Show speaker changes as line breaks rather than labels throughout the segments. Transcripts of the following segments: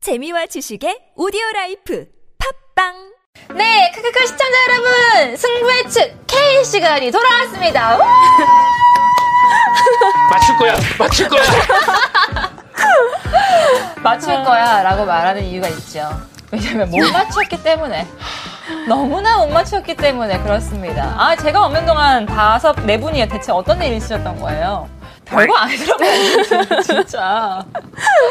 재미와 지식의 오디오 라이프 팝빵
네, 크크크 시청자 여러분, 승부의 측 K 시간이 돌아왔습니다. 우!
맞출 거야. 맞출 거야.
맞출 거야라고 말하는 이유가 있죠. 왜냐면 못 맞췄기 때문에 너무나 못 맞췄기 때문에 그렇습니다. 아, 제가 없는 동안 다섯 네 분이 대체 어떤 일이 있으셨던 거예요? 별거 아니더라고요, 진짜.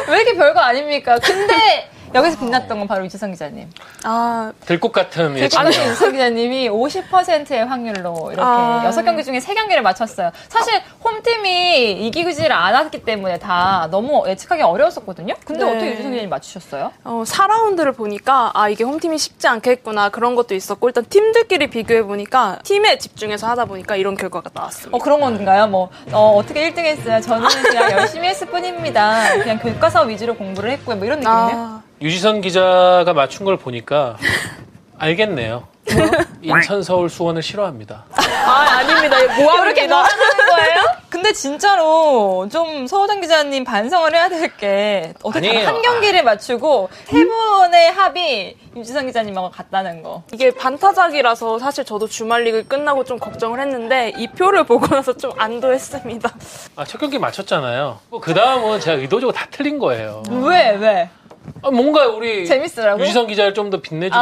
왜 이렇게 별거 아닙니까? 근데 여기서 빛났던 건 바로 이지성 기자님.
아,
들꽃 같음
아니, 네.
예 친구예요.
윤석 기자님이 50%의 확률로 이렇게
아.
여섯 경기 중에 세경기를 맞췄어요. 사실 홈팀이 이기지를 않았기 때문에 다 너무 예측하기 어려웠었거든요. 근데
네.
어떻게 유지성 기자님 맞추셨어요?
어, 4라운드를 보니까, 아, 이게 홈팀이 쉽지 않겠구나. 그런 것도 있었고, 일단 팀들끼리 비교해보니까, 팀에 집중해서 하다 보니까 이런 결과가 나왔습니다.
어, 그런 건가요? 뭐, 어, 떻게 1등 했어요? 저는 그냥 열심히 했을 뿐입니다. 그냥 교과서 위주로 공부를 했고요. 뭐 이런 느낌이네요.
아,
유지선 기자가 맞춘 걸 보니까 알겠네요.
어?
인천, 서울, 수원을 싫어합니다.
아닙니다. 뭐
이렇게 놀아나는 거예요? 근데 진짜로 좀 서호정 기자님 반성을 해야 될 게 어떻게
아니에요.
한 경기를 맞추고 세 분의 합이 유지성 기자님하고 같다는 거.
이게 반타작이라서 사실 저도 주말 리그 끝나고 좀 걱정을 했는데, 이 표를 보고 나서 좀 안도했습니다.
아, 첫 경기 맞췄잖아요. 그 다음은 제가 의도적으로 다 틀린 거예요.
왜, 왜?
아, 뭔가 우리
음. 재밌으라고? 아.
유지선 기자를 좀 더 빛내주기.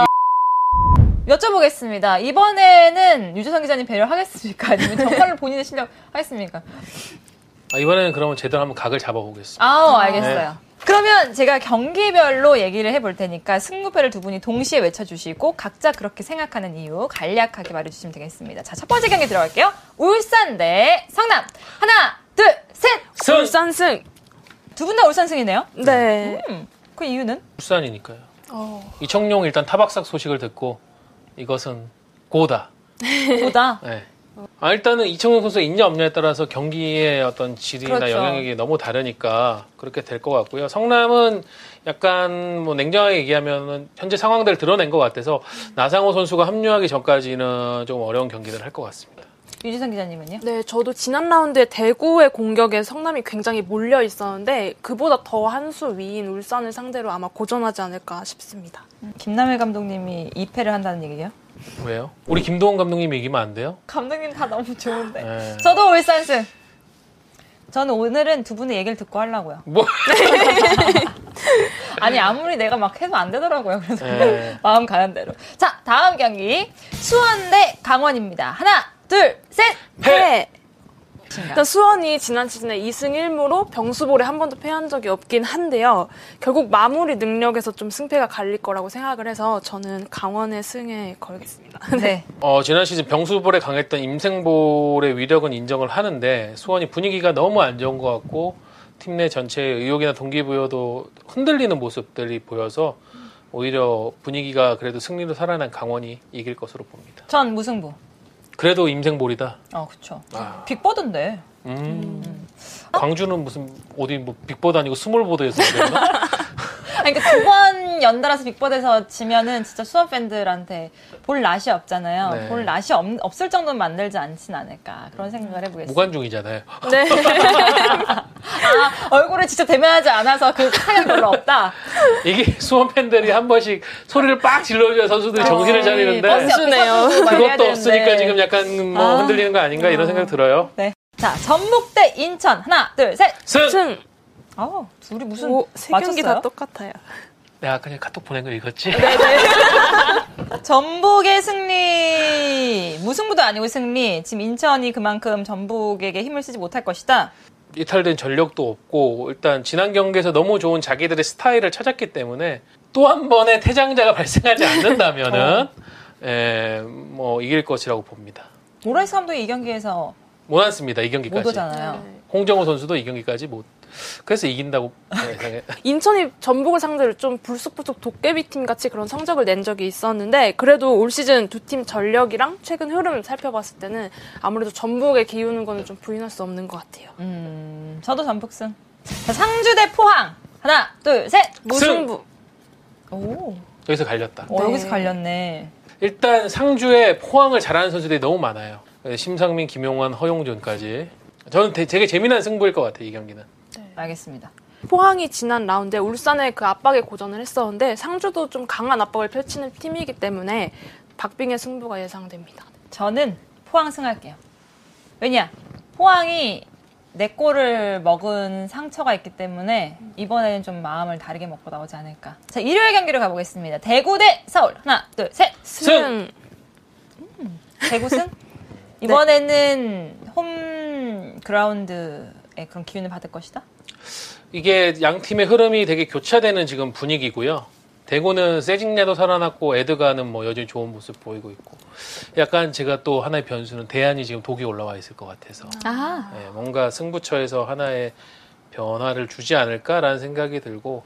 여쭤보겠습니다. 이번에는 유재성 기자님 배려하겠습니까? 아니면 정말로 본인의 실력 하겠습니까?
아, 이번에는 그러면 제대로 한번 각을 잡아보겠습니다.
아우, 알겠어요. 그러면 제가 경기별로 얘기를 해볼 테니까 승부패를 두 분이 동시에 외쳐주시고 각자 그렇게 생각하는 이유 간략하게 말해주시면 되겠습니다. 자, 첫 번째 경기 들어갈게요. 울산 대 성남. 하나, 둘, 셋!
승!
울산승!
두 분 다 울산승이네요?
네. 어,
음, 그 이유는?
울산이니까요. 이청용 일단 타박삭 소식을 듣고 이것은 고다.
보다.
네. 아, 일단은 이청용 선수 있냐 없냐에 따라서 경기의 어떤 질이나
그렇죠.
영향력이 너무 다르니까 그렇게 될 것 같고요. 성남은 약간 뭐 냉정하게 얘기하면 현재 상황들을 드러낸 것 같아서 나상호 선수가 합류하기 전까지는 좀 어려운 경기를 할 것 같습니다.
유재성 기자님은요?
네, 저도 지난 라운드에 대구의 공격에 성남이 굉장히 몰려 있었는데, 그보다 더 한 수 위인 울산을 상대로 아마 고전하지 않을까 싶습니다.
김남일 감독님이 2패를 한다는 얘기예요?
왜요? 우리 김도원 감독님 얘기면 안 돼요?
감독님 다 너무 좋은데.
네.
저도 울산승. 저는 오늘은 두 분의 얘기를 듣고 하려고요.
뭐?
아니 아무리 내가 막 해도 안 되더라고요. 그래서
네.
마음 가는 대로. 자 다음 경기 수원 대 강원입니다. 하나 둘 셋.
패!
신기하다.
일단 수원이 지난 시즌에 2승 1무로 병수볼에 한 번도 패한 적이 없긴 한데요. 결국 마무리 능력에서 좀 승패가 갈릴 거라고 생각을 해서 저는 강원의 승에 걸겠습니다.
네.
어, 지난 시즌 병수볼에 강했던 임생볼의 위력은 인정을 하는데 수원이 분위기가 너무 안 좋은 것 같고 팀 내 전체의 의욕이나 동기부여도 흔들리는 모습들이 보여서 오히려 분위기가 그래도 승리로 살아난 강원이 이길 것으로 봅니다.
전 무승부.
그래도 임생볼이다.
어 그쵸.
아.
빅버드인데.
음. 광주는 무슨 어디 뭐 빅보드 아니고 스몰보드에서 뭐 그랬나?
아니 그러니까 두 번 연달아서 빅버드에서 지면은 진짜 수원 팬들한테 볼 낯이 없잖아요.
네.
볼 낯이 없, 없을 정도는 만들지 않진 않을까 그런 생각을 해보겠습니다.
무관중이잖아요.
네.
아, 얼굴을 직접 대면하지 않아서 그 사연 별로 없다.
이게 수원 팬들이 한 번씩 소리를 빡 질러줘야 선수들이 정신을
아, 버스
차리는데
앞에
순수네요.
서서 말해야
아, 그것도
되는데.
없으니까 지금 약간 뭐
아.
흔들리는 거 아닌가 이런 생각 들어요.
네. 자, 전북대 인천. 하나, 둘, 셋.
승!
승!
아, 둘이 무슨
오, 세 경기 다
맞췄어요?
똑같아요.
내가 그냥 카톡 보낸 거 읽었지?
네. 전북의 승리. 무승부도 아니고 승리. 지금 인천이 그만큼 전북에게 힘을 쓰지 못할 것이다.
이탈된 전력도 없고 일단 지난 경기에서 너무 좋은 자기들의 스타일을 찾았기 때문에 또 한 번의 퇴장자가 발생하지 않는다면은
어.
에, 뭐 이길 것이라고 봅니다.
모라이스 감독이 이 경기에서
못 왔습니다 이
못
경기까지.
오잖아요.
네.
홍정호 선수도 이 경기까지 못. 그래서 이긴다고 네, 예상해.
인천이 전북을 상대로 좀 불쑥불쑥 도깨비 팀 같이 그런 성적을 낸 적이 있었는데 그래도 올 시즌 두 팀 전력이랑 최근 흐름을 살펴봤을 때는 아무래도 전북에 기우는 거는 좀 부인할 수 없는 것 같아요.
음, 저도 전북승. 자, 상주 대 포항. 하나, 둘, 셋.
무승부.
오,
여기서 갈렸다.
어,
네.
여기서 갈렸네.
일단 상주에 포항을 잘하는 선수들이 너무 많아요. 예, 심상민, 김용환, 허용준까지. 저는 되- 되게 재미난 승부일 것 같아요 이 경기는.
알겠습니다.
포항이 지난 라운드에 울산의 그 압박에 고전을 했었는데 상주도 좀 강한 압박을 펼치는 팀이기 때문에 박빙의 승부가 예상됩니다.
저는 포항 승할게요. 왜냐? 포항이 내 골을 먹은 상처가 있기 때문에 이번에는 좀 마음을 다르게 먹고 나오지 않을까. 자, 일요일 경기로 가보겠습니다. 대구 대 서울. 하나, 둘, 셋.
승!
대구 승?
네.
이번에는 홈 그라운드의 그런 기운을 받을 것이다.
이게 양 팀의 흐름이 되게 교차되는 지금 분위기고요. 대구는 세징야도 살아났고 에드가는 뭐 여전히 좋은 모습 보이고 있고 약간 제가 또 하나의 변수는 대안이 지금 독이 올라와 있을 것 같아서
아.
예, 뭔가 승부처에서 하나의 변화를 주지 않을까라는 생각이 들고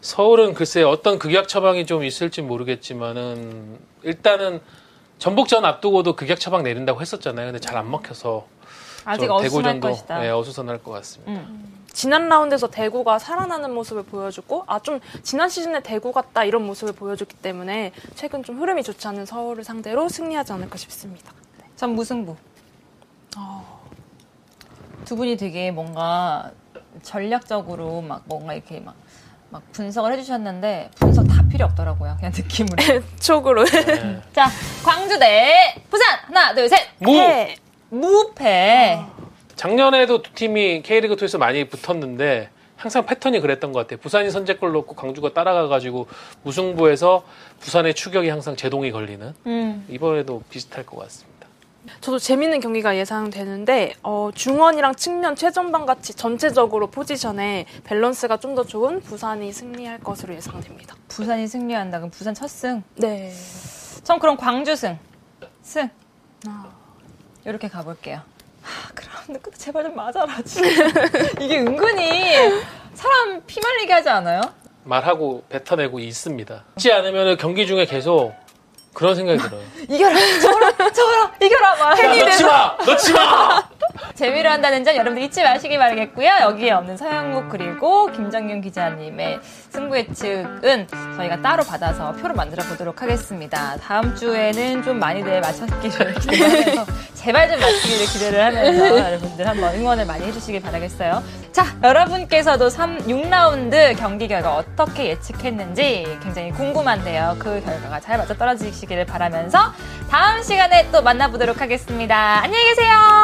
서울은 글쎄 어떤 극약 처방이 좀 있을지 모르겠지만은 일단은 전북전 앞두고도 극약 처방 내린다고 했었잖아요. 근데 잘 안 먹혀서
아직
좀
어수선할
대구전도
것이다.
예, 어수선할 것 같습니다.
지난 라운드에서 대구가 살아나는 모습을 보여줬고 아 좀 지난 시즌에 대구 같다 이런 모습을 보여줬기 때문에 최근 좀 흐름이 좋지 않은 서울을 상대로 승리하지 않을까 싶습니다.
전 무승부. 두 분이 되게 뭔가 전략적으로 막 뭔가 이렇게 막, 막 분석을 해주셨는데 분석 다 필요 없더라고요. 그냥 느낌으로.
쪽으로
예.
자, 광주 대 부산 하나 둘 셋. 아.
무!
네.
무패.
작년에도 두 팀이 K리그2에서 많이 붙었는데 항상 패턴이 그랬던 것 같아요. 부산이 선제골 넣고 광주가 따라가가지고 무승부에서 부산의 추격이 항상 제동이 걸리는
음.
이번에도 비슷할 것 같습니다.
저도 재밌는 경기가 예상되는데 어, 중원이랑 측면 최전방 같이 전체적으로 포지션의 밸런스가 좀 더 좋은 부산이 승리할 것으로 예상됩니다.
부산이 승리한다. 그럼 부산 첫 승.
네.
전 그럼 광주 승. 승.
아.
이렇게 가볼게요. 하, 그럼 근데 제발 좀 맞아라 진짜. 이게 은근히 사람 피말리게 하지 않아요?
말하고 뱉어내고 있습니다. 있지 않으면 경기 중에 계속 그런 생각이 들어요.
이겨라 저라 저라 이겨라 막
야,
행위
넣지 마! 넣지 마!
재미로 한다는 점 여러분들 잊지 마시기 바라겠고요. 여기에 없는 서영국 그리고 김정윤 기자님의 승부 예측은 저희가 따로 받아서 표로 만들어 보도록 하겠습니다. 다음 주에는 좀 많이들 맞췄기를 기대하면서 제발 좀 맞추기를 기대를 하면서 여러분들 한번 응원을 많이 해주시길 바라겠어요. 자, 여러분께서도 3, 6라운드 경기 결과 어떻게 예측했는지 굉장히 궁금한데요. 그 결과가 잘 맞아 떨어지시기를 바라면서 다음 시간에 또 만나보도록 하겠습니다. 안녕히 계세요.